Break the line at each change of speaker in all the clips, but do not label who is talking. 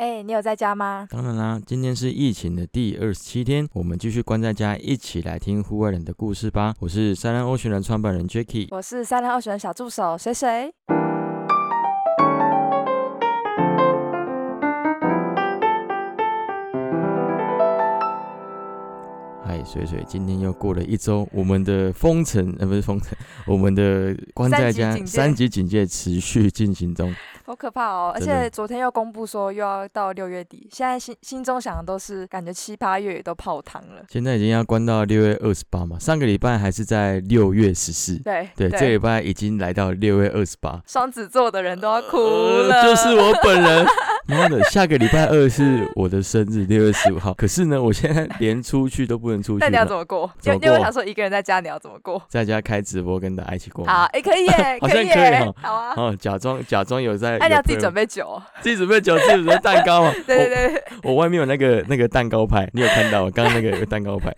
哎、你有在家吗？
当然啦，今天是疫情的第二十七天，我们继续关在家，一起来听户外人的故事吧。我是三浪欧学人创办人 Jacky。
我是三零二选小助手水水。
嗨，水水，今天又过了一周，我们的封城呃不是封城，我们的关在
三级
家
警戒
三级警戒持续进行中。
好可怕哦！而
真的
且昨天又公布说又要到六月底，现在心心中想的都是感觉七八月也都泡汤了。
现在已经要关到六月二十八嘛，上个礼拜还是在六月十四，
对
对，这礼拜已经来到六月二十八，
双子座的人都要哭
呃
了，
就是我本人。 妈的，下个礼拜二是我的生日，六月十五号。可是呢，我现在连出去都不能出去
那你要怎
了，
么过？
怎么
因为因为我
过
想说一个人在家你要怎么过？
在家开直播跟大家一起过
好，
年。
哎、可以耶，
哦 好
可
像
以
可以
耶
哦，哎
好啊。
哦，假装假装有在，
那你
有
要自己
朋友
准备酒哦，
自己准备酒，自己准备 蛋糕嘛。
对对对，
我我外面有那个那个蛋糕牌，你有看到吗？刚刚那个有蛋糕 牌，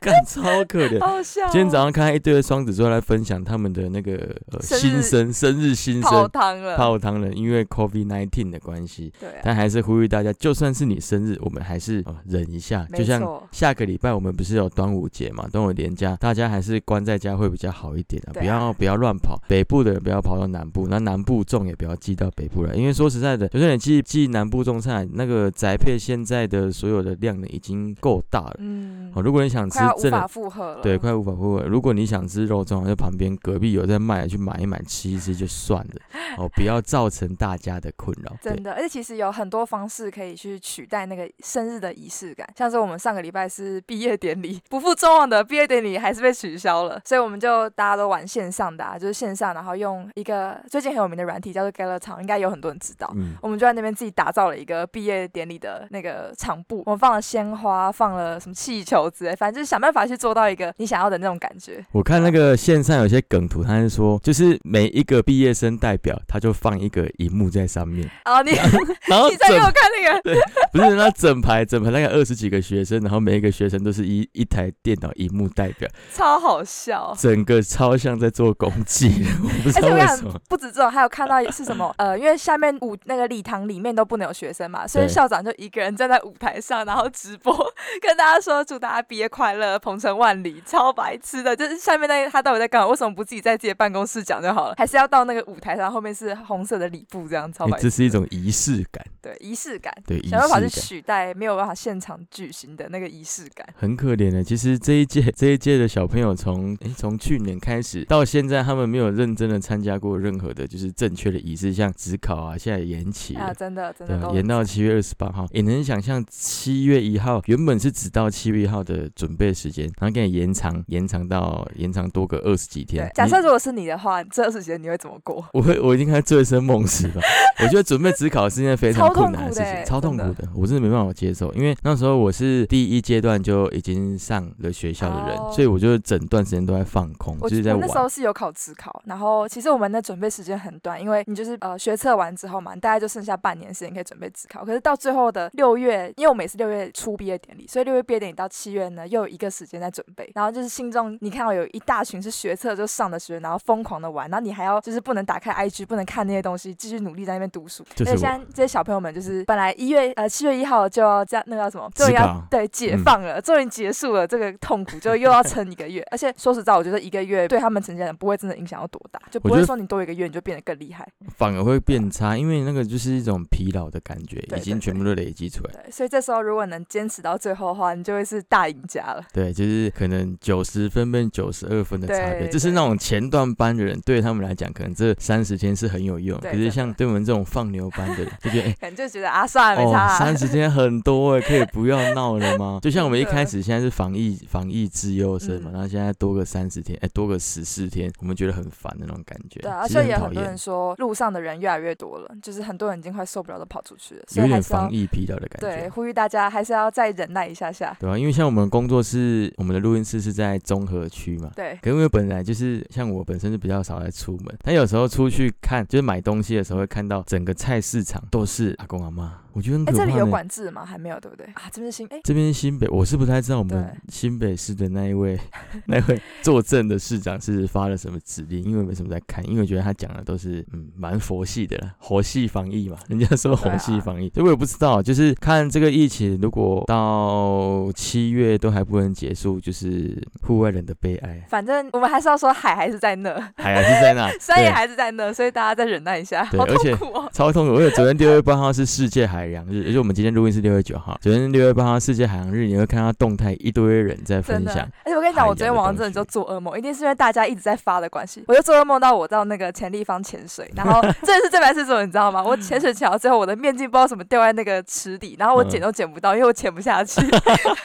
干超可怜
对，。好好笑哦、
今天早上看到一堆的双子座来分享他们的那个、呃、
生日
新生生日新
泡
生
汤了，
泡汤了，因为 COVID 1 9的关系，
对啊、
但还是呼吁大家，就算是你生日，我们还是、呃、忍一下。
没
就像
错
下个礼拜我们不是有端午节嘛，端午连假，大家还是关在家会比较好一点啊，
对啊
不要不要乱跑。北部的人不要跑到南部，那南部种也不要寄到北部来，因为说实在的，就算你寄寄南部种菜，那个宅配现在的所有的量呢已经够大了。
嗯
哦，，如果你想吃
快要无
真的
法负荷了，
对，快无法负荷。如果你想吃肉粽，就旁边隔壁有在卖，去买一买，吃一吃就算 了。哦，不要造成大家的困扰。对
真，的，而且其实有很多方式可以去取代那个生日的仪式感，像是我们上个礼拜是毕业典礼，不负众望的毕业典礼还是被取消了，所以我们就大家都玩线上的、啊，就是线上，然后用一个最近很有名的软体叫做 Gala 场，应该有很多人知道。
嗯，
我们就在那边自己打造了一个毕业典礼的那个场布，我们放了鲜花，放了什么气球之类，反正就是想办法去做到一个你想要的那种感觉。
我看那个线上有些梗图，他是说，就是每一个毕业生代表，他就放一个荧幕在上面，
然后啊你
然后
你再给我
整
看那个，
不是那整排整排大概二十几个学生，然后每一个学生都是一一台电脑荧幕代表，
超好笑。
整个超像在做公 祭，我不知
而且
道
我
为
想
什么。
不止哎这种，还有看到是什么？ 呃，因为下面舞那个礼堂里面都不能有学生嘛，所以
对
校长就一个人站在舞台上，然后直播跟大家说祝大家毕业快乐，鹏程万里，超白痴的。就是下面那个他到底在干嘛？为什么不自己在自己的办公室讲就好了？ 还是要到那个舞台上，后面是红色的礼布这样，超
你
白痴。
哎这是一种仪式感，
对仪式感，
对仪式
想办法去
感。
取代没有办法现场举行的那个仪式感。
很可怜的。欸其实这一届这一届的小朋友从诶从去年开始到现在，他们没有认真的参加过任何的就是正确的仪式，像职考啊，现在也延期了。
啊，真的真
对
的
啊，
都
延到七月二十八号，也能想象七月一号原本是只到七月一号的准备时间，然后给你延长，延长到延长多个二十几天
对。。假设
你
如果是你的话，这二十节你会怎么过？
我会，我已经开始醉生梦死 了。我觉得准备职考是一件非常困难事情，
超
超
痛
痛
苦
苦
的
的，我真的没办法接受。因为那时候我是第一阶段就已经上了学校的人，
哦
所以我就整段时间都在放空，
我
就是在
我
玩
那时。候是有考职考，然后其实我们的准备时间很短，因为你就是呃学测完之后嘛，你大概就剩下半年时间可以准备职考。可是到最后的六月，因为我们也是六月初毕业典礼，所以六月毕业典礼到七月呢，又有一个时间在准备。然后就是心中你看到有一大群是学测就上的学生，然后疯狂的玩，然后你还要就是不能打开 IG，不能看那些东西，继续努力在那边读书。
就是
而
我
且现在这些小朋友们就是本来一月呃七月一号就要这样那个叫什么，
职
终于要
考
对解
嗯
放了，终于结束了这个痛苦，就又要撑一个月。 而且说实在，我觉得一个月对他们成绩来讲不会真的影响到多大，就不
我觉
会
得嗯
说你多一个月你就变得更厉害。
反而会变差，因为那个就是一种疲劳的感觉，
对
已经
对
全部都累积出来。
对，所以这时候如果能坚持到最后的话，你就会是大赢家了。
对，就是可能九十分跟九十二分的差别，
对
这是那种前段班的人，对他们来讲，可能这三十天是很有用。
对
可
真
是
的
像对我们这种放牛班的人，就觉 得哎。
可能就觉得啊，算了，没差
哦，
啊、
三十天很多哎，可以不要闹 了吗？就像我们一
真的
开始现在是防疫防疫之优生嘛，
嗯
然后现在多个三十天，哎，多个十四天，我们觉得很烦的那种感觉，
对啊，而
其实
且也有
讨
很多
厌
人，说路上的人越来越多了，就是很多人已经快受不了都跑出去了，所
有
以还
点
是要
防疫疲劳的感觉。
对呼吁大家还是要再忍耐一下下。
对啊，因为像我们工作室，我们的录音室是在中和区嘛。
对，
可是因为本来就是像我本身是比较少在出门，但有时候出去看，就是买东西的时候会看到整个菜市场都是阿公阿妈、我觉得很
哎，
可怕、
这
欸。
里有管制吗？还没有，对不对？啊，这边是新哎，
这边新北，我是不太知道我们
对
新北市的那 一位那一位坐镇的市长是发了什么指令，因为我没什么在看，因为我觉得他讲的都是嗯蛮佛系的啦，佛系防疫嘛，人家说
对
佛
啊，
系防疫，所以我也不知道，就是看这个疫情如果到七月都还不能结束，就是户外人的悲哀
反正我们还是要说海还是在那，
海还是 在那，
山也
对
还是在那，所以大家再忍耐一下，
对
好
而且
痛苦哦。
超痛苦！因为昨天六月八号是世界海洋日，而且我们今天录音是六月九号。昨天六月八号世界海洋日，你会看到动态一堆人在
真
分
的
享，，
而且我跟你讲，
海
我昨天
洋的
晚上
东
真的就
西
做噩梦，一定是因为大家一直在发的关系，我就做噩梦到我到那个潜立方潜水，然后 这是这白是什么，你知道吗？我潜水潜到最后，我的面镜不知道怎么掉在那个池底，然后我捡
嗯
都捡不到，因为我潜不下 去。然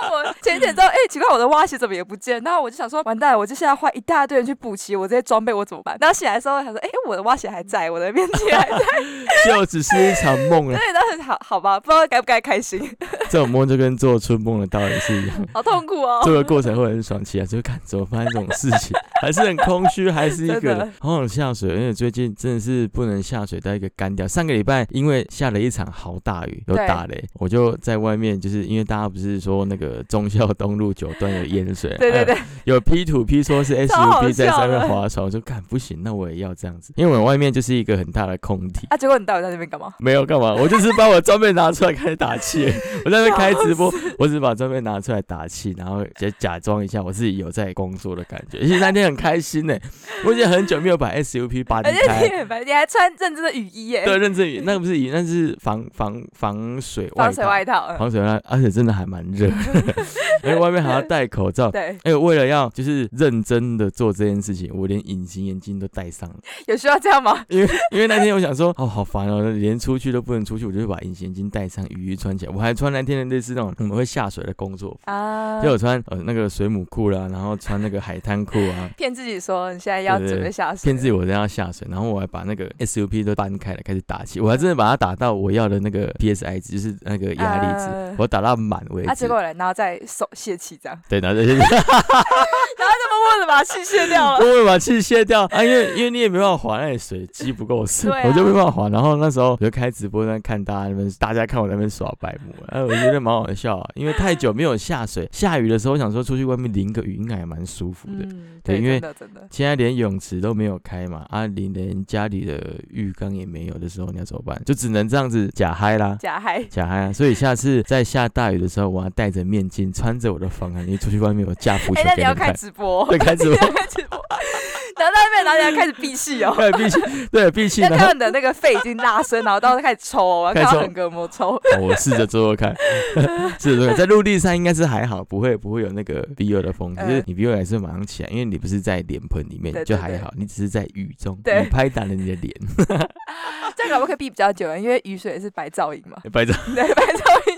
后我潜一潜之后，哎、奇怪，我的蛙鞋怎么也不见？然后我就想说，完蛋了，我就现在花一大堆人去补齐我这些装备，我怎么办？然后醒来的时候，想说，哎、我的蛙鞋还在，我的面镜还 在，
就只是一场梦 了。
对，然后很好好吧，不知道该不该开 心，
这种梦就跟做春梦的道理是一样，
好痛苦哦。
这个过程会很爽气啊，就看怎么发生这种事 情，还是很空虚，还是一个
真的
人好想下水，而且最近真的是不能下水到一个干掉。上个礼拜因为下了一场好大雨，有
对
打雷，我就在外面，就是因为大家不是说那个忠孝东路九段有淹水，
对
还
对
有
对，
有 P 图 P 说是
超好
SUP 在上
笑的
面划船，我就看不行，那我也要这样子，因为我外面就是一个很大的空地，
啊，结果你到底在那边干嘛？
没有干嘛，我就是把我装备拿出来开始打气，我在那边开直播，我只是把装备拿出来打气，然后假假装一下我自己有在工作的感觉，而且那天很开心呢，我已经很久没有把 SUP 拔离
而且
开
哎你。很白，你还穿认真的雨衣耶，
啊对，认真，那个不是雨，那是防防防水
防
外套，
水外套，嗯
防水外套，而且真的还蛮热， 而且外面还要戴口罩，
对，
哎、为了要就是认真的做这件事情，我连隐形眼镜都戴上了，
有需要这样吗？
因为因为那天我想说，哦，好烦哦，连出去都不能出去，我就把隐形眼镜戴上，雨衣穿起来，我还穿那天的类似那种我们会下水的工作服，
啊。
就，有穿呃那个水母裤啦，然后穿那个海滩裤啊
骗自己说你现在要
对
准
对
备下水，
骗自己我在要下水，然后我还把那个 SUP 都搬开了，开始打气，我还真的把它打到我要的那个 PSI 值，就是那个压力值，
嗯
我打到满为止。
啊，结果嘞，然后再手泄气这样，
对，然后就
然后就默默的把气泄 掉了。
我会把气卸掉啊，因为因为你也没办法滑，那里水积不够深，
对啊
我就没办法滑。然后那时候我就开直播在看大家那边，大家看我在那边耍白目， 哎、我觉得蛮好笑啊，因为太久没有下水，下雨的时候我想说出去外面淋个雨应该还蛮舒服的。
嗯，
对
对，
因为
真的真的，
现在连泳池都没有开嘛，啊，你连家里的浴缸也没有的时候，你要怎么办？就只能这样子假嗨啦，
假嗨，
假嗨啊！所以下次在下大雨的时候，我要戴着面镜，穿着我的防寒衣出去外面，我架浮球
哎，那
给
你要
们
开
看。
直播，
对， 开直
你
播
要，开直 播，然后到那边，然后你要开始闭气哦。
对，闭气，对，闭 气，
要
然
看到
后
你的 那个肺已经拉伸，然后到时候开始抽哦，我要
开
看
始
到
抽
横膈膜抽。
哦我试着做 做看，试着做看，在陆地上应该是还好，不会不会有那个 BO 的风，只
嗯
是你 BO 还是马上起来，因为你不是在脸盆里面
对对
就还好，你只是在雨中，
对
你拍打了你的脸，
这样搞不好可以闭比较久了，因为雨水是白噪音嘛，
拍照。
对，白噪音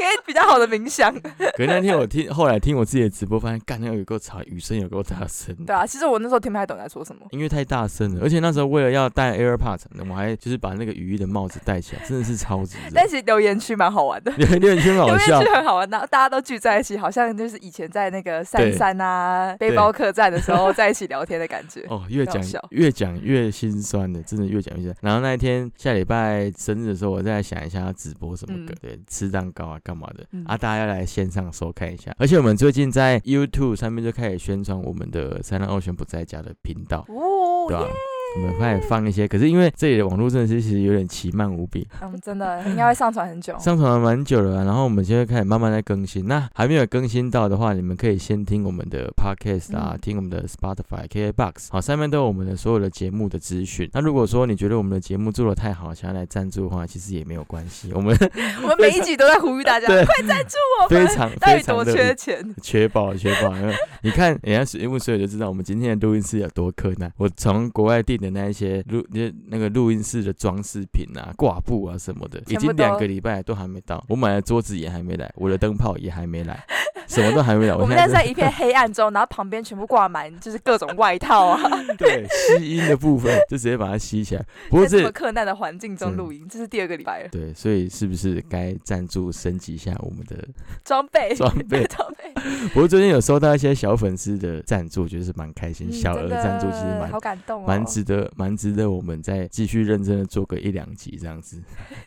也比较好的冥想。
可是那天我听后来听我自己的直播，发现干那个有够吵，雨声有够大声。
对啊，其实我那时候听不太懂你在说什么。
音乐太大声了，而且那时候为了要戴 AirPods，我还就是把那个雨衣的帽子戴起来，真的是超级热
但。其实留言区蛮好玩的，
你你很圈
留
好
言
笑
区，很好玩，然后大家都聚在一起，好像就是以前在那个三
对
三啊背包客栈的时候在一起聊天的感觉。
哦，越
搞
讲
笑
越讲越心酸的，真的越讲越心酸。然后那一天下礼拜生日的时候，我再来想一下要直播什么歌，
嗯
对，吃蛋糕啊，干嘛的、
嗯
啊，大家要来线上收看一下。而且我们最近在 YouTube 上面就开始宣传我们的三浪二选不在家的频道，
哦
对吧、啊
耶
我们开始放一些，可是因为这里的网络真的是其实有点奇慢无比，
嗯，真的应该会上传很久。
上传了蛮久了啊、然后我们现在开始慢慢在更新。那还没有更新到的话，你们可以先听我们的 podcast 啊，
嗯
听我们的 Spotify、KKBox，好，上面都有我们的所有的节目的资讯。那如果说你觉得我们的节目做的太好，想要来赞助的话，其实也没有关系，我们
我们每一集都在呼吁大家，
对
快赞助我
非
们，
常
到
非
底
常
多
的
缺钱？
缺宝 缺宝。因为你看人家水问水就知道我们今天的录音室有多困难。我从国外订的那一些录那那个录音室的装饰品啊、挂布啊什么的，已
全部
经
都
两个礼拜都还没到。我买的桌子也还没来，我的灯泡也还没来，什么都还没有。
我们
现
那
在
在一片黑暗中，然后旁边全部挂满就是各种外套啊，
对吸音的部分，就直接把它吸 起来。不过
在这
这
么困难的环境中
嗯
录音，这是第二个礼拜了，
对，所以是不是该赞助升级一下我们的
装备？
装备
装备，
不过最近有收到一些小粉丝的赞助，觉得是蛮开心，
嗯
小
真
额
的
赞助其实蛮
好感动哦，
蛮值得，蛮值得我们再继续认真的做个一两集这样子，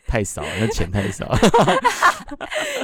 太少了， 那钱太少，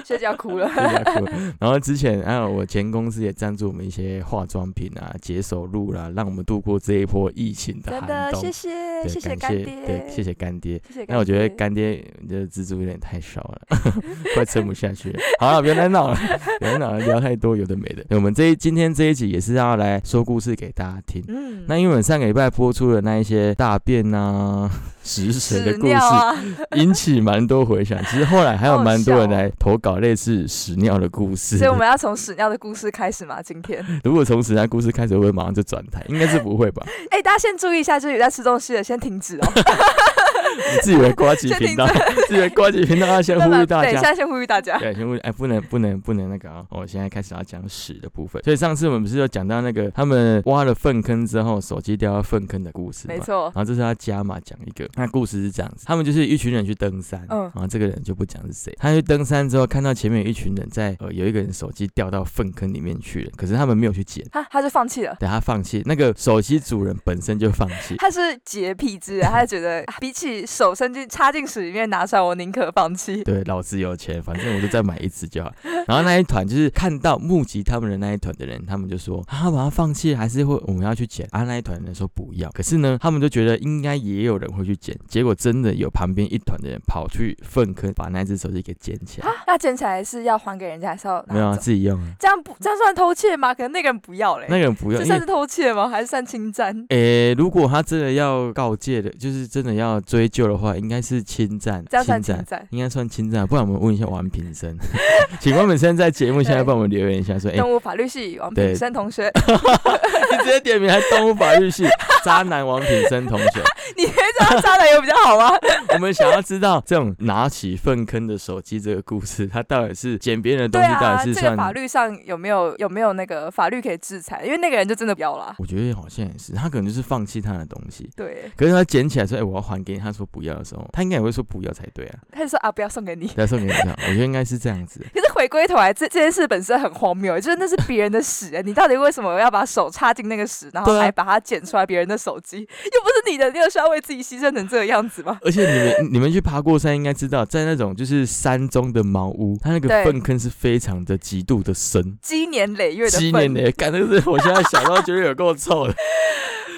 学姐要哭 了。
比较酷。然后之前还有我前公司也赞助我们一些化妆品啊、解手露啦、让我们度过这一波疫情
真
寒
的，
冬
谢。谢
对，
谢
感
干
谢，
爹，
对，谢谢干爹。
谢谢干爹。
那我觉得干爹的资助有点太少了， 快撑不下去了。好了，别再闹了，别再闹了，聊太多有的没的。我们这一今天这一集也是要来说故事给大家听。
嗯，
那因为我们上个礼拜播出的那一些大便啊、 食神的
屎
故事，
尿啊，
引起蛮多回响。其实后来还有
好
蛮多
笑
人
哦
来投稿类似屎尿的故事
所以。我们要从屎尿的故事开始嘛。今天，
如果从屎尿故事开始，会不会马上就转台？应该是不 会吧？
哎、大家先注意一下，就是有在吃东西的先停止哦。
你自以为瓜吉
确定
频道，自以为瓜吉频道要先
慢
呼吁
慢
大
对，
家
现。在先呼吁大家。
对，先问，哎，不能不能不能那个啊、我现在开始要讲屎的部分。所以上次我们不是有讲到那个他们挖了粪坑之后，手机掉到粪坑的故事嘛
没。错
然，后这是他加码讲一个，那故事是这样子，他们就是一群人去登山，
嗯，
嗯然后这个人就不讲是谁，他去登山之后看到前面有一群人在，呃，有一个人手机掉到粪坑里面去了，可是他们没有去捡，
他他就放弃了。，
对他放弃，那个手机主人本身就放弃
他是洁癖之人，他就觉得啊比起手伸进插进屎里面拿出来，我宁可放弃。
对，老子有钱，反正我就再买一只就好。 然后那一团就是看到募集他们的那一团的人，他们就说啊，把它放弃，还是会我们要去捡。啊，那一团的人说不要，可是呢，他们就觉得应该也有人会去捡。结果真的有旁边一团的人跑去粪坑，把那只手机给捡起来，
那捡起来是要还给人家，还是要
没有
拿
啊，
走？
自己用啊。
这样不这样算偷窃吗？可能那个人不要嘞、
那个人不要，
哎这
因
算
为
是偷窃吗？还是算侵占？
诶，如果他真的要告诫的，就是真的要追究的话，应该是侵占，
这样算
侵
侵
占。
占？
应该算侵占，不然我们问一下王平生， 请王平生在节目下面
对
帮我们留言一下，说，哎、
动物法律系王
对
品生同学，
你直接点名还动物法 律系渣男王品生同学，
你觉得这样渣男有比较好 吗？
我们想要知道这种拿起粪坑的手机这个故事，它到底是捡别人的
对
东西，到
啊，
底是
这个
算？
法律上有没有有没有那个法律可以制裁？因为那个人就真的不要啦。
我觉得好像也是，他可能就是放弃他的东西。
对，
可是他捡起来说：“哎、我要还给你。”他说不要的时候，他应该也会说不要才对啊。
他就说啊，不要送给你。
再送给你看，我觉得应该是这样子。
可是回归头来，这这件事本身很荒谬，欸就是那是别人的屎、欸你到底为什么要把手插进那个屎，然后
对啊
还把它捡出来别人的手机？又不是你的，你有需要为自己牺牲成这个样子吗？
而且你们你们去爬过山，应该知道，在那种就是山中的茅屋，它那个
对
粪坑是非常的极度的深，
积年累月的
七年
愤怒，
的，干，那个是我现在想到觉得有够臭的。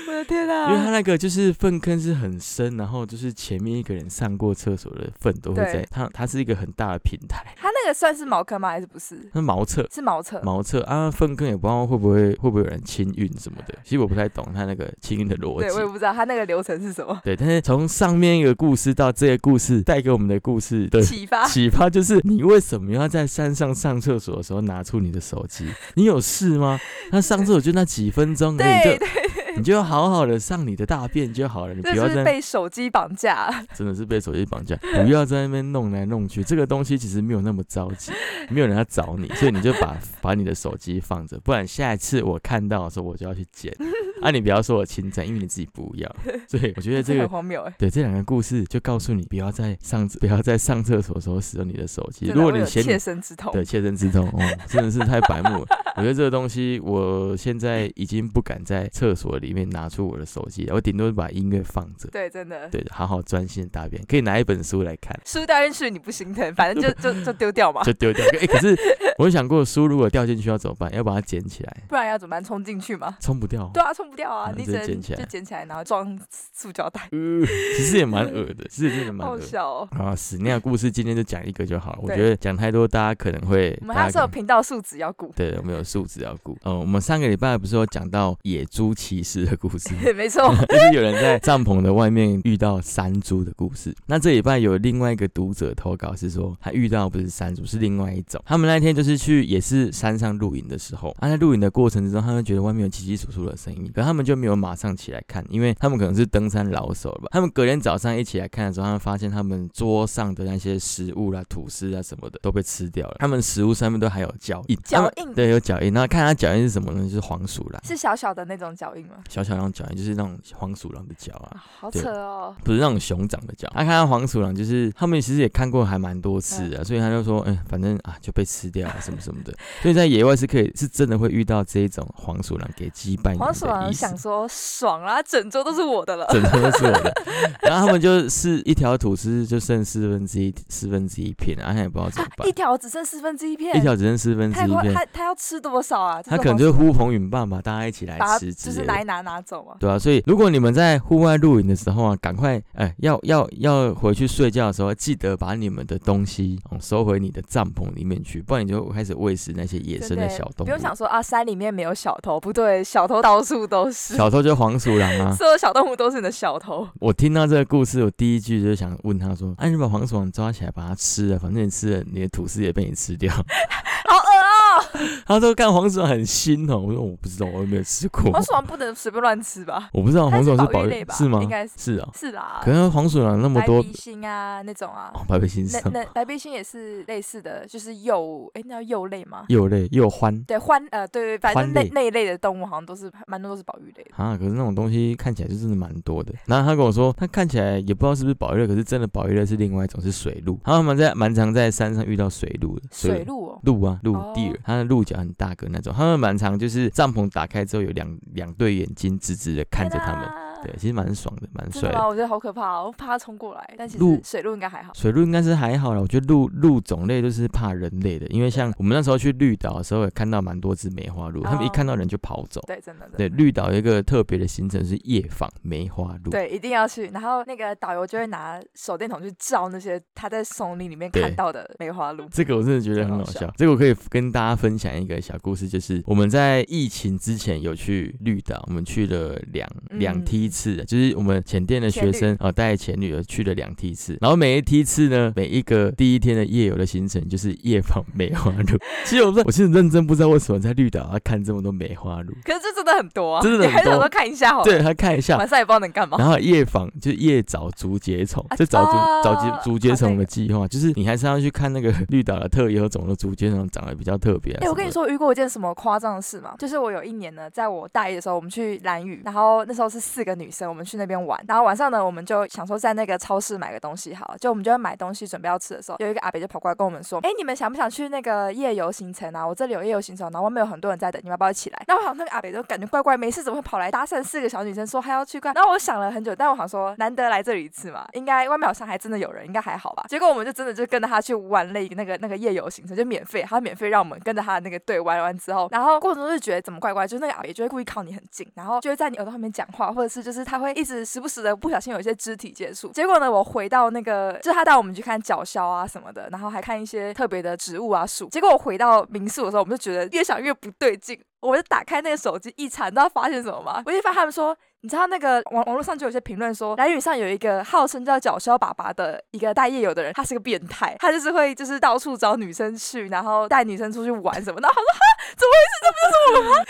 我的天
因为它
啊！
那个就是粪坑是很深，然后就是前面一个人上过厕所的粪都会
对
在它，它是一个很大的平台，
他那个算是茅坑吗？还是不是？
那茅厕。
是茅厕。
茅厕啊，粪坑也不知道会不会会不会有人清运什么的，其实我不太懂它那个清运的逻
对，我也
辑。
不知道他那个流程是什 么。
对，但是从上面一个故事到这个故事带给我们的故事的
启发，
启发，就是你为什么要在山上上厕所的时候拿出你的手机？你有事吗？那上厕所就那几分钟而已，
对
你
对，
就你就好好的上你的大便就好了，你不
这就
要在那
是被手机绑架。啊
真的是被手机绑架，不要在那边弄来弄去。这个东西其实没有那么着急，没有人要找你，所以你就把把你的手机放着，不然下一次我看到的时候我就要去捡。啊，你不要说我侵占，因为你自己不要。所以我觉得这
很
个
荒谬哎、
对这两个故事就告诉你，不要在上不要在上厕所的时候使用你的手机。
真的
如果
我
你
有
嫌
切
你
身之痛，
对切身之痛哦，真的是太白目了。我觉得这个东西，我现在已经不敢在厕所里面拿出我的手机了，我顶多把音乐放着。
对，真的。
对，好好专心地大便，可以拿一本书来看，
书掉进去你不心疼，反 正就就就丢掉嘛，
就丢掉。哎、可 是我有想过，书如果掉进去要怎么办？要把它捡起来，
不然要怎么办？冲进去嘛？
冲不掉。
对啊，冲不掉啊
嗯，
你
就
只能
捡起来
就捡起来，然后装塑胶袋，
呃，其实也蛮恶 的，其实真 的蛮
好
恶的。
笑哦。
啊，屎尿故事今天就讲一个就好了。我
对
觉得讲太多，大家可能会
我们
大
还
家
是有
可能
频道素质要顾，
对，我们有素质要顾。嗯，我们上个礼拜不是有讲到野猪骑士的故事吗？
没 错，
就是有人在帐篷的外面遇到山猪的故事。那这礼拜有另外一个读者投稿是说，他遇到不是山猪，是另外一种。他们那天就是去也是山上露营的时候，啊，在露营的过程之中，他们觉得外面有稀稀疏疏的声音，可可他们就没有马上起来看，因为他们可能是登山老手了吧。他们隔天早上一起来看的时候，他们发现他们桌上的那些食物啦、吐司啊什么的都被吃掉了，他们食物上面都还有脚印，他
脚
们
印
对，有脚印。然后看它脚印是什么呢？就是黄鼠狼，
是小小的那种脚印吗？
小小那种脚印，就是那种黄鼠狼的脚啊
啊。好
对
扯哦，
不是那种熊掌的脚。他、看到黄鼠狼，就是他们其实也看过还蛮多次的，所以他就说，嗯、反正啊就被吃掉啊什么什么的。 所以在野外是可以，是真的会遇到这一种黄鼠狼给击败你
黄鼠
的
狼
意思
想。说爽啦，整桌都是我的了。
整车都是我的， 然后他们就是一条吐司就剩四分之一四分之一片，然啊后他也不知道怎么办
一，条只剩四分之一片，
一条只剩四分之
太
一
夸
片，
他他要吃多少啊？这
他
种
可能
黄
就是
鼠
呼朋引伴吧，大家一起来
狼把它
吃之
就是
类
拿
的
一。拿拿走嘛。
对啊，所以如果你们在户外露营的时候啊，赶快哎、要要要回去睡觉的时候，记得把你们的东西、哦、收回你的帐篷里面去，不然你就开始喂食那些野
真
生的
耶
小
不
动物。
用想说啊，山里面没有小偷，不对，小偷到处都是，
小偷就黄鼠狼 啊！
所有小动物都是你的小 偷。
我听到这个故事，我第一句就想问他说：“哎、你把黄鼠狼抓起来，把它吃了，反正你吃了，你的吐司也被你吃掉。
好恶哦、”
他说：“干黄鼠狼很腥哦。”我说：“我不知道，我又没有吃过。
黄鼠狼哦不能随便乱吃吧？
我不知道
它
黄
是
鼠狼
保
保
育
育
类吧
是吗？
应该是
是啊，
是啦，
可能黄鼠狼那么
白
多
鼻星啊那种啊，
哦，白背心
那
上
那白鼻星也是类似的，就是幼哎、那叫幼类 吗？
又累又欢。”
对，獾呃对，反
獾
正那
类
那一类的动物好像都是蛮多都是保育类的。
啊，可是那种东西看起来就真的蛮多的。然后他跟我说，他看起来也不知道是不是保育类，可是真的保育类是另外一种，是水鹿。他们在蛮常在山上遇到水鹿的，
水鹿哦，
鹿啊，鹿
哦
deer，它的鹿角很大个那种。他们蛮常就是帐篷打开之后有两两对眼睛直直的看着他们，
们
对，其实蛮爽的，蛮
啊真
帅
的
的。
吗？我觉得好可怕、哦，我怕它冲过来。但其
鹿
实水鹿应该还好。
水鹿应该是还好啦，我觉得鹿鹿种类都是怕人类的，因为像我们那时候去绿岛的时候也看到蛮多只梅花鹿，它们一
哦
看到人就跑走。
对，真的，真的
对，绿岛有一个特别的行程是夜访梅花鹿。
对，一定要去。然后那个导游就会拿手电筒去照那些他在丛林里面
对
看到的梅花鹿。
这个我真的觉得
很
很好
好
笑
笑。
这个我可以跟大家分享一个小故事，就是我们在疫情之前有去绿岛，我们去了两
嗯
两梯次的，就是我们前店的学
前
生呃带前女友去了两梯次，然后每一梯次呢，每一个第一天的夜游的行程就是夜访梅花鹿。其实我不知道，我是认真不知道为什么在绿岛要看这么多梅花鹿，
可是这真的很多、啊，
真的
你
很
还想
多
说看一下好了。
对，他看一下，
晚上也不知道能 干嘛。
然后夜访就是夜找竹节虫
哦啊，
就找竹
哦
找节竹节
好
虫
那
的
个
计划，就是你还是要去看那个绿岛的特有种的竹节虫长得比较特别啊。
哎、我跟你，说，遇过一件什么夸张的事吗？就是我有一年呢，在我大一的时候，我们去兰屿，然后那时候是四个女生，我们去那边玩，然后晚上呢，我们就想说在那个超市买个东西好了，就我们就要买东西准备要吃的时候，有一个阿北就跑过来跟我们说，哎、你们想不想去那个夜游行程啊？我这里有夜游行程，然后外面有很多人在等，你们要不要一起来？然后我想那个阿北就感觉怪怪，没事怎么会跑来搭讪四个小女生说还要去干？然后我想了很久，但我想说难得来这里一次嘛，应该外面好像还真的有人，应该还好吧？结果我们就真的就跟着他去玩了一个那个那个夜游行程，就免费，他免费让我们跟着他的那个队玩完之后，然后过程中就觉得怎么怪怪，就是那个阿北就会故意靠你很近，然后就会在你耳朵后面讲话，或者是就是他会一直时不时的不小心有一些肢体接触。结果呢，我回到那个，就是他带我们去看角鸮啊什么的，然后还看一些特别的植物啊树。结果我回到民宿的时候，我们就觉得越想越不对劲。我就打开那个手机一查，你知道发现什么吗？我就发现他们说，你知道那个网网络上就有些评论说，蓝宇上有一个号称叫“角鸮爸爸”的一个带夜游的人，他是个变态，他就是会就是到处找女生去，然后带女生出去玩什么的。然后他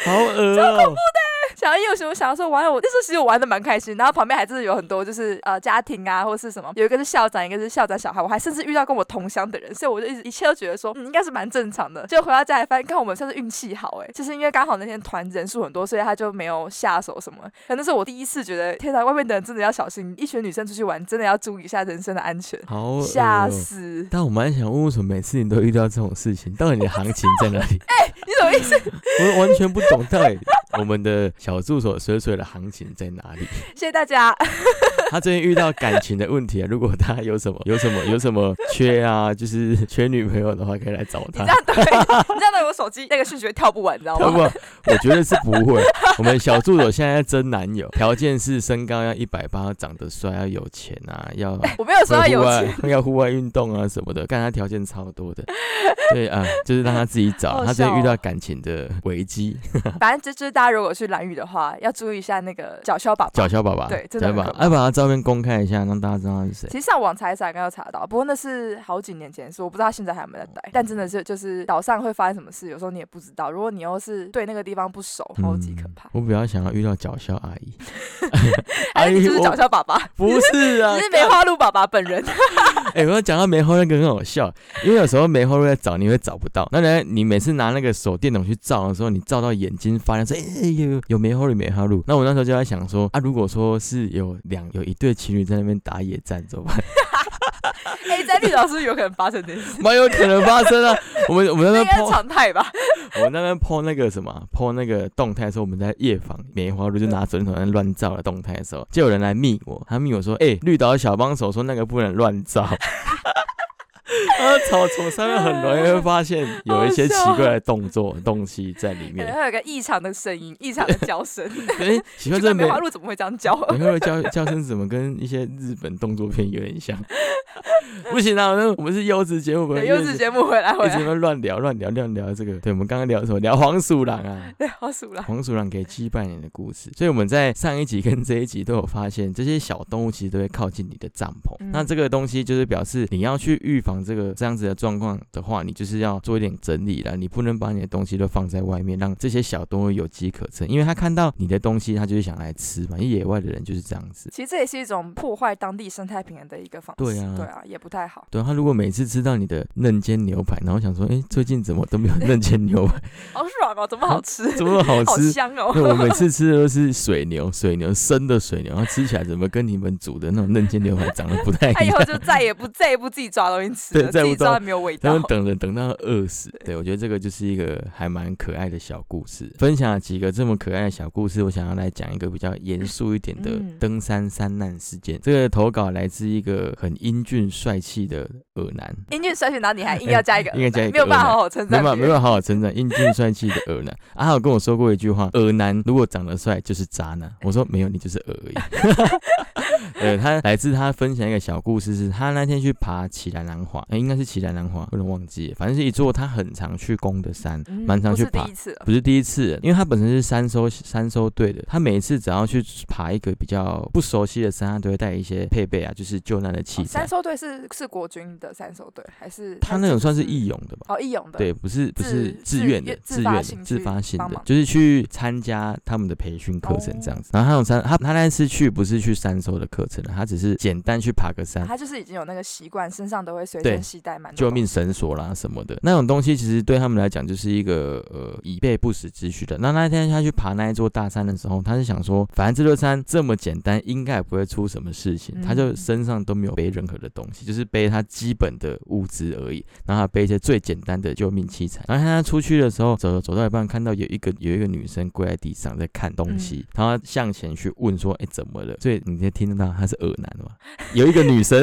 好恶哦、
说想要夜游行，我想要说玩，我那时候其实我玩的蛮开心，然后旁边还真的有很多就是呃家庭啊或是什么，有一个是校长，一个是校长小孩，我还甚至遇到跟我同乡的人，所以我就一直一切都觉得说，嗯，应该是蛮正常的。结果回到家来发现，看我们算是运气好哎、就是因为刚好那天团人数很多，所以他就没有下手什么。可能是我第一次觉得，天哪，外面的人真的要小心，一群女生出去玩真的要注意一下人身的安全，
好恶、
吓
哦。
死！
但我蛮想问，为什么每次你都遇到这种事情？到底你的行情在哪 里？
哎你怎么意思？
我完全不懂，到底我们的小助手水水的行情在 哪里？
谢谢大家。
他最近遇到感情的问题啊，如果他有什么有什么有什么缺啊，就是缺女朋友的话，可以来找
你
他
这。样对，你这样对我手机那个讯息会跳不完，你知道
不
吗？
不，我觉得是不会。 我们小助手现在在争男友，条件是身高要一百八，长得帅，要有钱啊， 要
我没有说要
会
有
户
钱
外， 要户外运动啊什么的。干他条件超多的，对啊，就是让他自己找。
好
他最近
笑
遇到
哦
感情的危机，
反正就就是大大家如果去蓝屿的话，要注意一下那个脚鸮爸爸
脚。鸮爸爸，
对真的
脚
很
爸
可
爸，
怕
要把他照片公开一下，让大家知道他是谁。
其实上网查一查，应该有查到。不过那是好几年前的事，我不知道他现在还有没有在
哦
待。但真的是，就是岛上会发生什么事，有时候你也不知道。如果你又是对那个地方不熟，超级可怕。
嗯我比较想要遇到脚鸮阿姨，
哎，你就是
我
脚鸮爸爸，
不是啊
你，是梅花鹿爸爸本 人。
哎、我要讲到梅花鹿那个很好笑，因为有时候梅花鹿在找你会找不到，那呢，你每次拿那个手电筒去照的时候，你照到眼睛发亮，说哎、欸有有梅花鹿梅花鹿。那我那时候就在想说啊，如果说是有两有一对情侣在那边打野战怎么办？
哎，在绿岛是不是有可能发生这件事？
蛮有可能发生啊。我们我们
那
那
应
边
该是
抛
常态 吧？
我们那边抛那个什么抛那个动态的时候，我们在夜访梅花鹿就拿手电筒在乱照的动态的时候，就有人来密我，他密我说哎、欸绿岛小帮手说那个不能乱照。 他草丛上面很容易会发现有一些奇
啊
怪的动作东西在
可
里
能
面。
会有一个异常的声音，异常的叫声。
哎、喜欢
奇
这
怪，梅
梅
花鹿怎么会这样 叫？
梅花鹿叫叫声怎么跟一些日本动作片有点像？ 不行啊，那我们是优质节目，不能
对，幼稚节目回啊来回
一直在
来，
那乱聊乱聊乱聊这个。对，我们刚刚聊什么？聊黄鼠狼啊。
对，好鼠了。
黄鼠狼可以击败你的故事，所以我们在上一集跟这一集都有发现，这些小动物其实都会靠近你的帐篷。
嗯
那这个东西就是表示你要去预防这个这样子的状况的话，你就是要做一点整理啦，你不能把你的东西都放在外面，让这些小动物有机可乘，因为它看到你的东西，它就是想来吃嘛。因为野外的人就是这样子。
其实这也是一种破坏当地生态平衡的一个方式，
对啊
对啊，也不太好。
对啊，它如果每次吃到你的嫩煎牛排，然后想说，哎，最近怎么都没有嫩煎牛排，
好爽哦，怎么好吃，
怎么好
好
吃？
香 哦。
那我每次吃的都是水牛，水牛生的水牛，它吃起来怎么跟你们煮的那种嫩煎牛排长得不 太
他
一
以
样？
后 就再也不再也不自己抓东西吃了，
对
自
再也不
己抓没有味
他
道
们。等着等到饿死。对，我觉得这个就是一个还蛮可爱的小故事。分享了几个这么可爱的小故事，我想要来讲一个比较严肃一点的
嗯
登山山难事件。这个投稿来自一个很英俊帅气的耳男，
英俊帅气，然后你还硬要加一个
哎硬要加一个
没有办法好好称
没
赞
办
别人，
法，没办法好好称赞英俊帅气的耳男。啊，他有跟我说过一句话：耳男如果长得帅就是渣
哎
男。我说没有，你就是耳而已。 呃，他来自他分享一个小故事是，他那天去爬奇兰兰华，呃应该是奇兰兰华，有点忘记了，反正是一座他很常去攻的山，
嗯
蛮常去
不是
爬
第一。次了，
不是第一次，因为他本身是山搜山搜队的，他每一次只要去爬一个比较不熟悉的山，他都会带一些配备啊，就是救难的器
哦
材
三。收队是是国军的三收队还是
他那种算是义
勇
勇的吧？
哦义勇的，
对，不是不
自
是自
自
愿的
愿，自
自
发
愿
性
的，自
去
发性
帮
的
忙，哦
就是去参加他们的培训课程这样子。然后他有山，他他那次去不是去山搜的课程了，他只是简单去爬个山
啊，。他就是已经有那个习惯，身上都会随
对
身携带蛮多
救命
东西
绳索啦什么的那种东西，其实对他们来讲就是一个呃以备不时之需的。那那天他去爬那一座大山的时候，他是想说，反正这座山这么简单，应该也不会出什么事情。
嗯
他就身上都没有背任何的东西，就是背他基本的物资而已。然后他背一些最简单的救命器材。然后他出去的时候，走走到一半，看到有一个有一个女生跪在地上在看东
嗯
西，然后他向前去问说：“哎、怎么了？”所以你可以听得到他是耳男 嘛？有一个女生，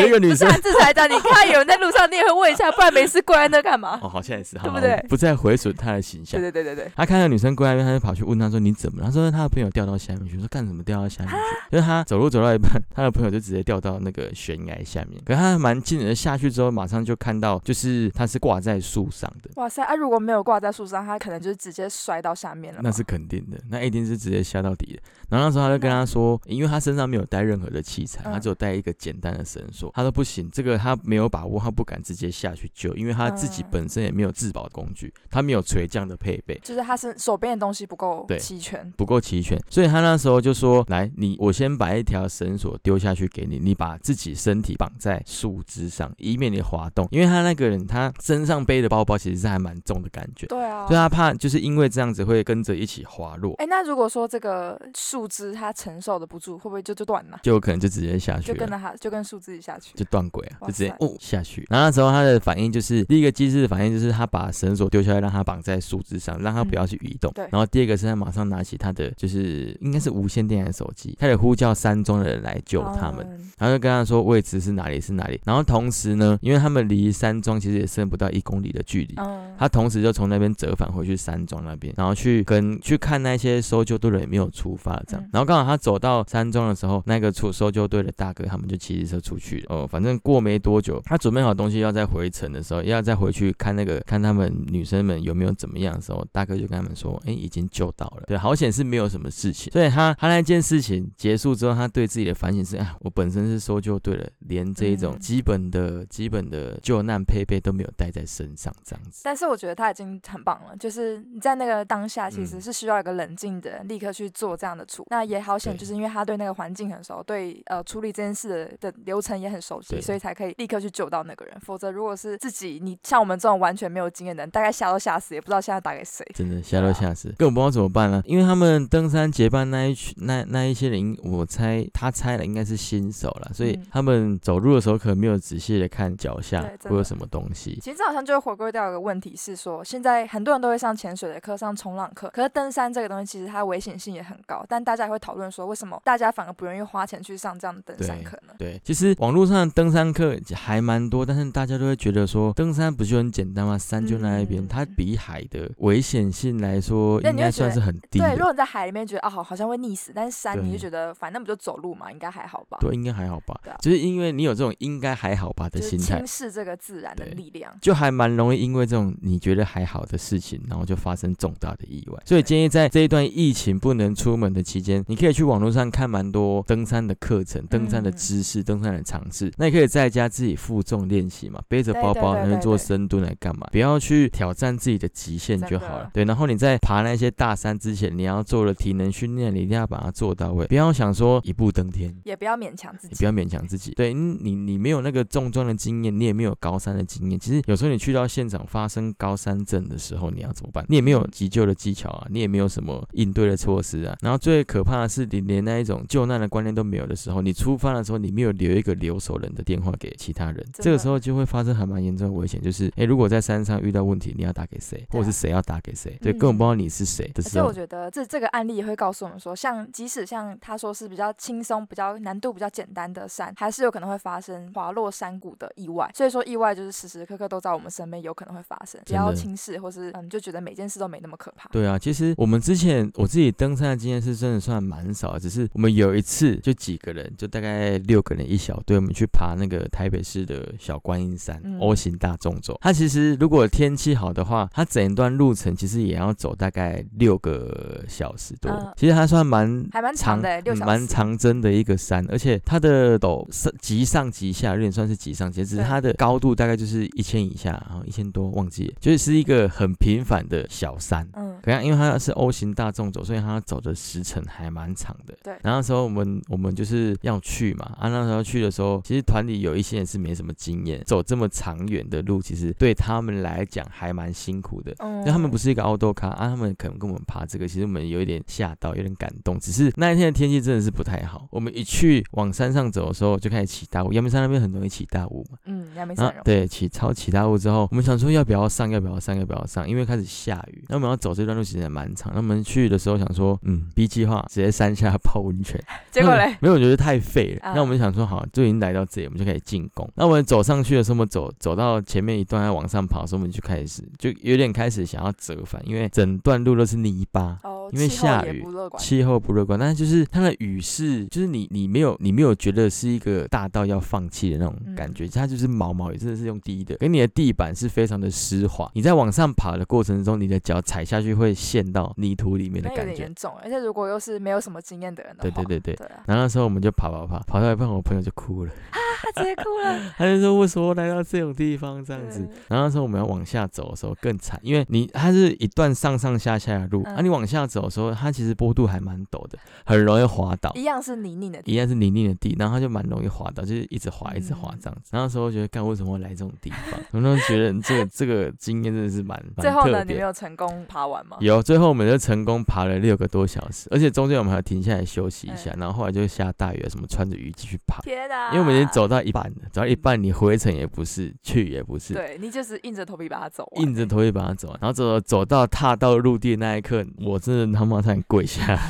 有一个女生
哎。不是啊这才 讲，你看有人在路上，你也会问一下，不然没事跪在那干嘛？
哦，好像也是，
对不
好啦
对
我不再毁损他的形
对
象。
对对对对，
他看到女生跪在那边，他就跑去问她说：“你怎么了？”她说：“她的朋友掉到下面去。”我说：“干什么掉到下面
啊
去？”就是她走路走到一半，她的朋友就直接掉到那个悬崖下面。可是她蛮近的，下去之后马上就看到，就是她是挂在树上的，
哇塞，啊如果没有挂在树上，他可能就是直接摔到下面了吧。
那是肯定的，那一定是直接下到底的。然后那时候他就跟他说，因为他身上没有带任何的器材，
嗯
他只有带一个简单的绳索，他说不行，这个他没有把握，他不敢直接下去救，因为他自己
嗯
本身也没有自保工具，他没有垂降的配备。
就是他身手边的东西不够
对
齐全，
不够齐全，所以他那时候就说：“来，你我先把一条绳索丢下去给你，你把自己身体绑在树枝上，以免你滑动。”因为他那个人，他身上背的包包其实是还蛮重的感觉，
对啊
所以。他怕就是因为这样子会跟着一起滑落，
哎，那如果说这个树枝它承受的不住，会不会就就断了？
就有可能就直接下去
就
了
跟。着它，就跟树枝一起下去。
就断轨啊，
哇
就直接
塞
哦下去。然后那时候他的反应就是，第一个机制的反应就是他把绳索丢下来，让他绑在树枝上，让他不要去移动。
嗯对
然后第二个是他马上拿起他的就是应该是无线电还是手机，开始呼叫山中的人来救他们。
嗯
然后就跟他说位置是哪里是哪里，然后同时呢，因为他们离山庄其实也剩不到一公里的距离，
嗯，
他同时就从那边折折返回去山庄那边，然后去跟去看那些搜救队的也没有出发这样。
嗯
然后刚好他走到山庄的时候，那个出搜救队的大哥他们就骑着车出去了。哦，反正过没多久，他准备好东西要再回城的时候，要再回去看那个看他们女生们有没有怎么样的时候，大哥就跟他们说：“哎，已经救到了。”对，好险是没有什么事情。所以他他那件事情结束之后，他对自己的反省是：啊，我本身是搜救队的，连这一种
嗯
基本的、基本的救难配备都没有带在身上，这样子。
但是我觉得他已经很棒了，就是你在那个当下，其实
嗯
是需要一个冷静的人立刻去做这样的处。那也好险，
对
就是因为他对那个环境很熟，对呃处理这件事的的流程也很熟悉，
对
所以才可以立刻去救到那个人。否则如果是自己，你像我们这种完全没有经验的人，大概吓都吓死，也不知道现在打给谁。
真的吓都吓死，根本不知道怎么办啊！因为他们登山结伴那一群那那一些人应，我猜他猜了应该是新手了，所以
嗯
他们走路的时候可能没有仔细的看脚下
对真的
会有什么东西。
其实这好像就会回归到一个问题，是说现在很多人都会上潜水的课、上冲浪课，可是登山这个东西其实它危险性也很高，但大家也会讨论说，为什么大家反而不愿意花钱去上这样的登山
对
课呢？
对，其实网络上的登山课还蛮多，但是大家都会觉得说，登山不就很简单吗？山就那一边，
嗯
它比海的危险性来说，
对
应
你会
该算是很低
对，如
的。
果你在海里面觉得啊好好像会溺死，但是山你就
对
觉得反正不就走路嘛，应该还好吧？，
对，应该还好吧
对啊。
就是因为你有这种应该还好吧的
就是
心态
轻，视这个自然的
对
力量。
就还蛮容易因为这种你觉得还好的事情，然后就发生重大的意外。所以建议在这一段疫情不能出门的期间，你可以去网络上看蛮多登山的课程、
嗯
登山的知识、登山的尝试。那你可以在家自己负重练习嘛，背着包包
对对对
然后做深蹲来干嘛？不要去挑战自己的极限就好
啊
了。对，然后你在爬那些大山之前，你要做的体能训练，你一定要把它做到位，不要想说一步登天。
也不要勉强自
你不
己，
要勉强自己。对嗯你，你你没有那个重装的经验，你也没有高山的经验。其实有时候你去到现场发生高山症的时候，你要怎么办？你也没
嗯
有急救的技巧啊，你也没有什么应对的措施啊。然后最可怕的是，你连那一种救难的观念都没有的时候，你出发的时候，你没有留一个留守人的电话给其他人，
的
这个时候就会发生还蛮严重的危险。就是，诶，如果在山上遇到问题，你要打给谁，或者是谁要打给谁？对，
啊嗯
根本不知道你是哦谁的
而
时
且
候
我，觉得这这个案例也会告诉我们说，像即使像他说是比较轻松、比较难度比较简单的山，还是有可能会发生滑落山谷的意外。所以说，意外就是时时刻刻都在我们身边，有可能会发生。不
真的
要轻视，或是嗯，就觉得每件事都没那么可怕。
对啊，其实我们之前我自己登山的经验是真的算蛮少的，只是我们有一次就几个人，就大概六个人一小队，我们去爬那个台北市的小观音山、
嗯
O 型大纵走。它其实如果天气好的话，它整段路程其实也要走大概六个小时多，
嗯
其实还算蛮
还蛮长的欸六
嗯
小
蛮
时
长针的一个山，而且它的陡上极上极下，有点算是极上极下，只是
对
它的高度大概就是一千以下，然后一千多忘记了，就是是一个很平凡的小山。
嗯，
可能因为它是 O 型大众走，所以它走的时程还蛮长的。
对
然后那时候我们我们就是要去嘛，啊，那时候去的时候，其实团里有一些人是没什么经验，走这么长远的路，其实对他们来讲还蛮辛苦的。
嗯
因为他们不是一个凹豆咖啊，他们可能跟我们爬这个，其实我们有一点吓到，有点感动。只是那一天的天气真的是不太好，我们一去往山上走的时候就开始起大雾，阳明山那边很容易起大雾嘛。
嗯，也没
然
什
后
么。
对起超起大雾之后，我们想说要不要上，要不要上，要不要上，因为开始下雨。那我们要走这段路其实也蛮长。那我们去的时候想说，嗯，B 计划直接山下泡温泉，
结果
那
嘞，
没有，我觉得太废了。
啊
那我们想说，好，就已经来到这里，我们就可以进攻。那我们走上去的时候，我们走走到前面一段要往上跑的时候，我们就开始就有点开始想要折返，因为整段路都是泥巴。
哦，
因为
气候
下
也
雨
不乐观。
气候不乐观，但是就是它的雨是，就是你你没有你没有觉得是一个大到要放弃的那种
嗯
感觉，它就是毛毛雨，真的是用低的，跟你的地板是非常的湿滑。你在往上爬的过程中，你的脚踩下去会陷到泥土里面的
那有
感
点
觉。
严重，而且如果又是没有什么经验的人的
对
话，
对对 对。
对啊，
然后那时候我们就爬爬爬，爬到一半，我朋友就哭了。
他直接哭了，嗯
他就说为什么来到这种地方 这样子
对？
然后那时候我们要往下走的时候更惨，因为你它是一段上上下下的路，
嗯
啊，你往下走的时候，它其实坡度还蛮陡的，很容易滑倒。
一样是泥泞的地
哦一样是泥泞的地，然后它就蛮容易滑倒，就是一直滑，
嗯
一直滑这样子。然后那时候我觉得，干为什么会来这种地方？我那时候觉得这个这个经验真的是蛮
方。最
蛮
后呢，
特
你没
别。
有成功爬完吗？
有，最后我们就成功爬了六个多小时，
嗯
啊而且中间我们还停下来休息一下，然后后来就下大雨了，什么穿着雨继续爬。
天哪！
因为我们已经走到一半了，走到一半你回程也不是，去也不是，
对你就是硬着头皮把它走完，
硬着头皮把它走完，然后走走到踏到陆地那一刻，我真的他妈差点跪下来。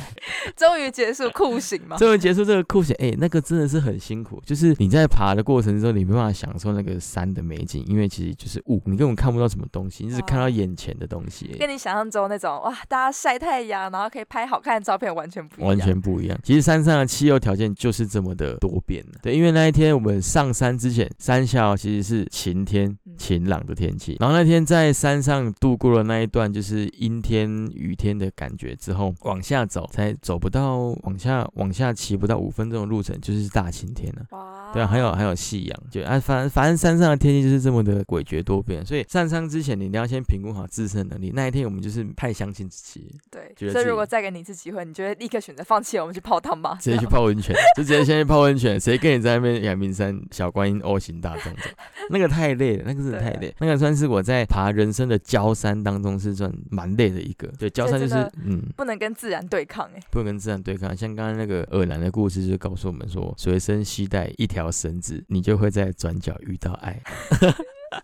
终于结束酷刑 嘛。
终于结束这个酷刑，哎、那个真的是很辛苦，就是你在爬的过程中，你没办法享受那个山的美景，因为其实就是雾，你根本看不到什么东西，你只看到眼前的东西而哎已。
跟你想象中那种哇，大家晒太阳，然后可以拍好看的照片，完全不一样。
完全不一样。其实山上的气候条件就是这么的多变、啊、对，因为那一天我们上山之前，山下其实是晴天、
嗯
晴朗的天气。然后那天在山上度过了那一段就是阴天、雨天的感觉之后，往下走才走不到往下往下骑不到五分钟的路程，就是大晴天了、
哇，
对啊，还有还有夕阳，就啊，反正反正山上的天气就是这么的诡谲多变，所以上山之前你一定要先评估好自身的能力。那一天我们就是太相信自己了，
对
觉，
所
得
以
自己
如果再给你一次机会，你就会立刻选择放弃，我们去泡汤吗？
直 接去泡温泉，就直接先去泡温泉，谁跟你在那边阳明山小观音 O 型大众走？那个太累了，那个真的太
啊
累，那个算是我在爬人生的焦山当中是算蛮累的一个。对，焦山就
这
是
真的
嗯，
不能跟自然对抗哎、
不能跟自然对抗。像刚刚那个尔南的故事，就告诉我们说，随身携带一条绳子，你就会在转角遇到爱。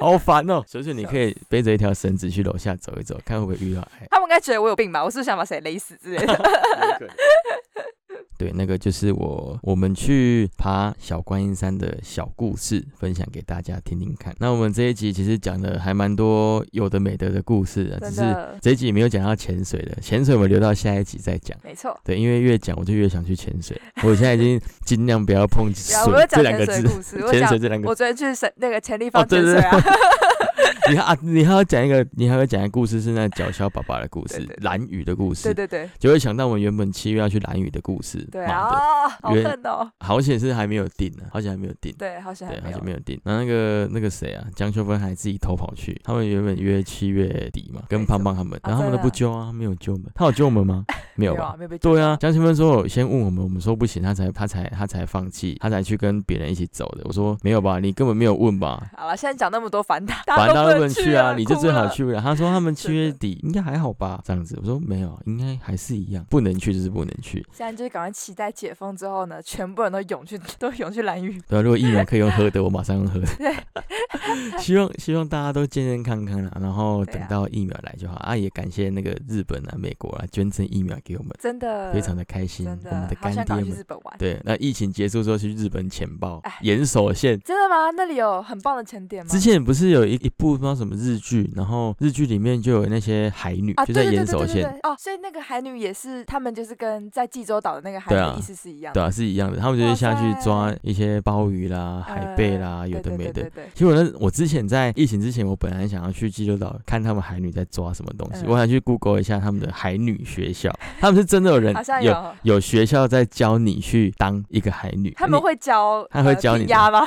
好烦哦！所以说你可以背着一条绳子去楼下走一走，看会不会遇到爱。
他们应该觉得我有病吧？我是不是想把谁勒死之类的？
对，那个就是我我们去爬小观音山的小故事，分享给大家听听看。那我们这一集其实讲的还蛮多有的没的的故事 的，只
真
是
的，
这一集没有讲到潜水的，潜水我们留到下一集再讲。
没错。
对，因为越讲我就越想去潜水， 我现在已经尽量不要 碰
对啊，我有
水
讲
这两
潜水的，
个字
故事， 我
潜
讲
水这两个
我
字。
昨天去沈那个潜立方
哦对
潜水啊，
你还啊，你还要讲一个，你还要讲一个故事是那脚小宝宝的故
对
事
对，对
蓝雨的故
对
事，
对对
就会想到我们原本七月要去蓝雨的故事。
对
妈的
啊，好
原
恨哦，
好险是还没有定啊呢、好险还没有定。
对，好像还
对，
没
好
有
久没有订。然后那个那个谁啊，江秀芬还自己偷跑去。他们原本约七月底嘛，跟
没
胖
错
胖他们，
啊
然后他
真
们都
的
不
啊
揪啊，没有揪我们。他有揪我 们吗？没有
没有
吧
啊，？没有被
对啊，江秀芬说有先问我们，我们说不行，他才他才他才放弃，他才去跟别人一起走的。我说没有吧，你根本没有问吧。
好了，现在讲那么多反打，
反正
家
他
不
们去啊，你就
哭
最好
了。
去不了。他说他们七
真
月
的
底应该还好吧，这样子。我说没有，应该还是一样，不能去就是不能去。
现在就是赶快期待解封之后呢，全部人都涌去， 都涌去蓝屿。
对啊，如果疫苗可以用喝的，我马上用喝的。 希望希望大家都健健康康啦，然后
对啊
等到疫苗来就好啊！也感谢那个日本啊、美国啊捐赠疫苗给我们，
真的，
非常的开心，
呃真
我们
的啊
的，
好
干
想
爹
赶快去
们。
日本玩。
对，那疫情结束之后去日本浅报
哎，
岩手县。
真的吗？那里有很棒的潜点吗？
之前不是有一一部不知道什么日剧，然后日剧里面就有那些海女，
啊，
就
对
在
对对
岩
对
手
对对
县，
对哦，所以那个海女也是，他们就是跟在济州岛的那个海
对啊
女意思是一样的。
对啊，是一样的。他们就是
哇
下去
塞
抓一些鲍鱼啦、啊海贝
呃
啦，有
对
的
对
没的
对。对对
其实我那我之前在疫情之前，我本来想要去济州岛看他们海女在抓什么东
嗯
西，我想去 Google 一下他们的海女学校，他们是真的有 人
好像
嗯有
有，
有学校在教你去当一个海女，
他们
你
会教，
他会
呃
教
平
你
压吗？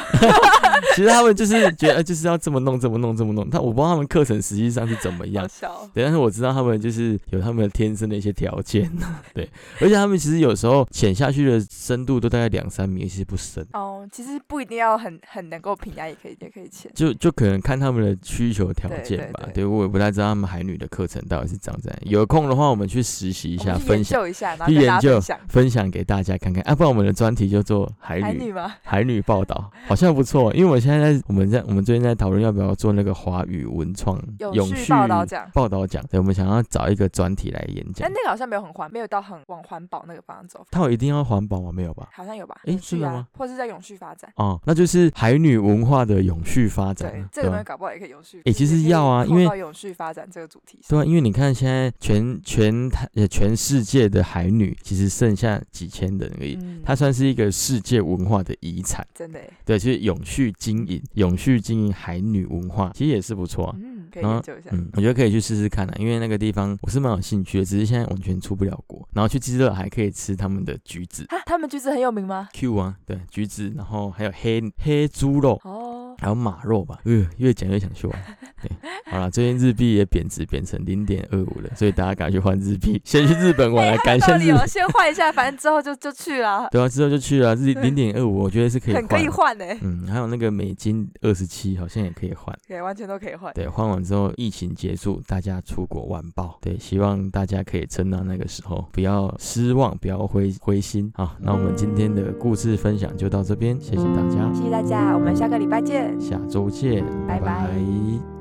其实他们就是觉得呃就是要这么弄这么弄这么弄，但我不知道他们课程实际上是怎么样
好。笑哦，
对，但是我知道他们就是有他们天生的一些条件，啊对，而且他们其实有时候潜下去的深度都大概两三米，其实不深。
哦，其实不一定要很很能够平压，也可以也可以潜。
就就可能看他们的需求条
对
件
对
吧，
对
我也不太知道他们海女的课程到底是长怎样。有空的话，我们去实习一
一
下，
研
分享
究一下，然后
去
跟大家
研究
分享。
分享给大家看看。啊，不然我们的专题就做海
海
女
女吗？
海女报道，好像不错。因为我现在在我们在我们最近在讨论要不要做那个华语文创
有
永
趣
续
报道奖
报道奖，对，我们想要找一个专题来演讲
但。那个好像没有很环，没有到很往环保那个方向走，
它有一定要环保吗？没有吧？
好像有吧？
诶
永续
真的
啊
吗？
或是在永续发展？
哦，那就是海女文化的永续发展
对
啊，，
这
对
个
吧
东西搞不好也可以永续。
诶
就是
其实
也可以
要啊
扣
因为
到永续发展这个主题上。
对啊，因为你看现在全全台呃全世界的海女，其实剩下几千人而已，
嗯，
它算是一个世界文化的遗产。
真的耶，
对，其实永续经营、永续经营海女文化，其实也是不错啊。
嗯，可以
然后
研究一下。
嗯，我觉得可以去试试看啊，因为那个地方我是蛮有兴趣的，只是现在完全出不了国。然后去基热还可以吃他们的橘子
啊，他们橘子很有名吗？
Q 啊，对，橘子，然后还有黑黑猪肉，
哦，
还有马肉吧，呃，越讲越想去玩。对，好了，最近日币也贬值，贬成零点二五了，所以大家赶快去换日币，先去日本 玩
哎
了，
很
感
有
谢
道理
日
哦，
本。
先换一下，反正之后就就去了，
对啊，之后就去了，日
对
零点二五，我觉得是可以
很可以
换。
换哎，
嗯，还有那个美金二十七，好像也可以换。
对，完全都可以换。
对，换完之后疫情结束，大家出国玩爆。对，希望大家可以撑到那个时候，不要失望，不要灰灰心。好，那我们今天的故事分享就到这边，谢谢大家，
谢谢大家，我们下个礼拜见。
下周见，
拜拜
拜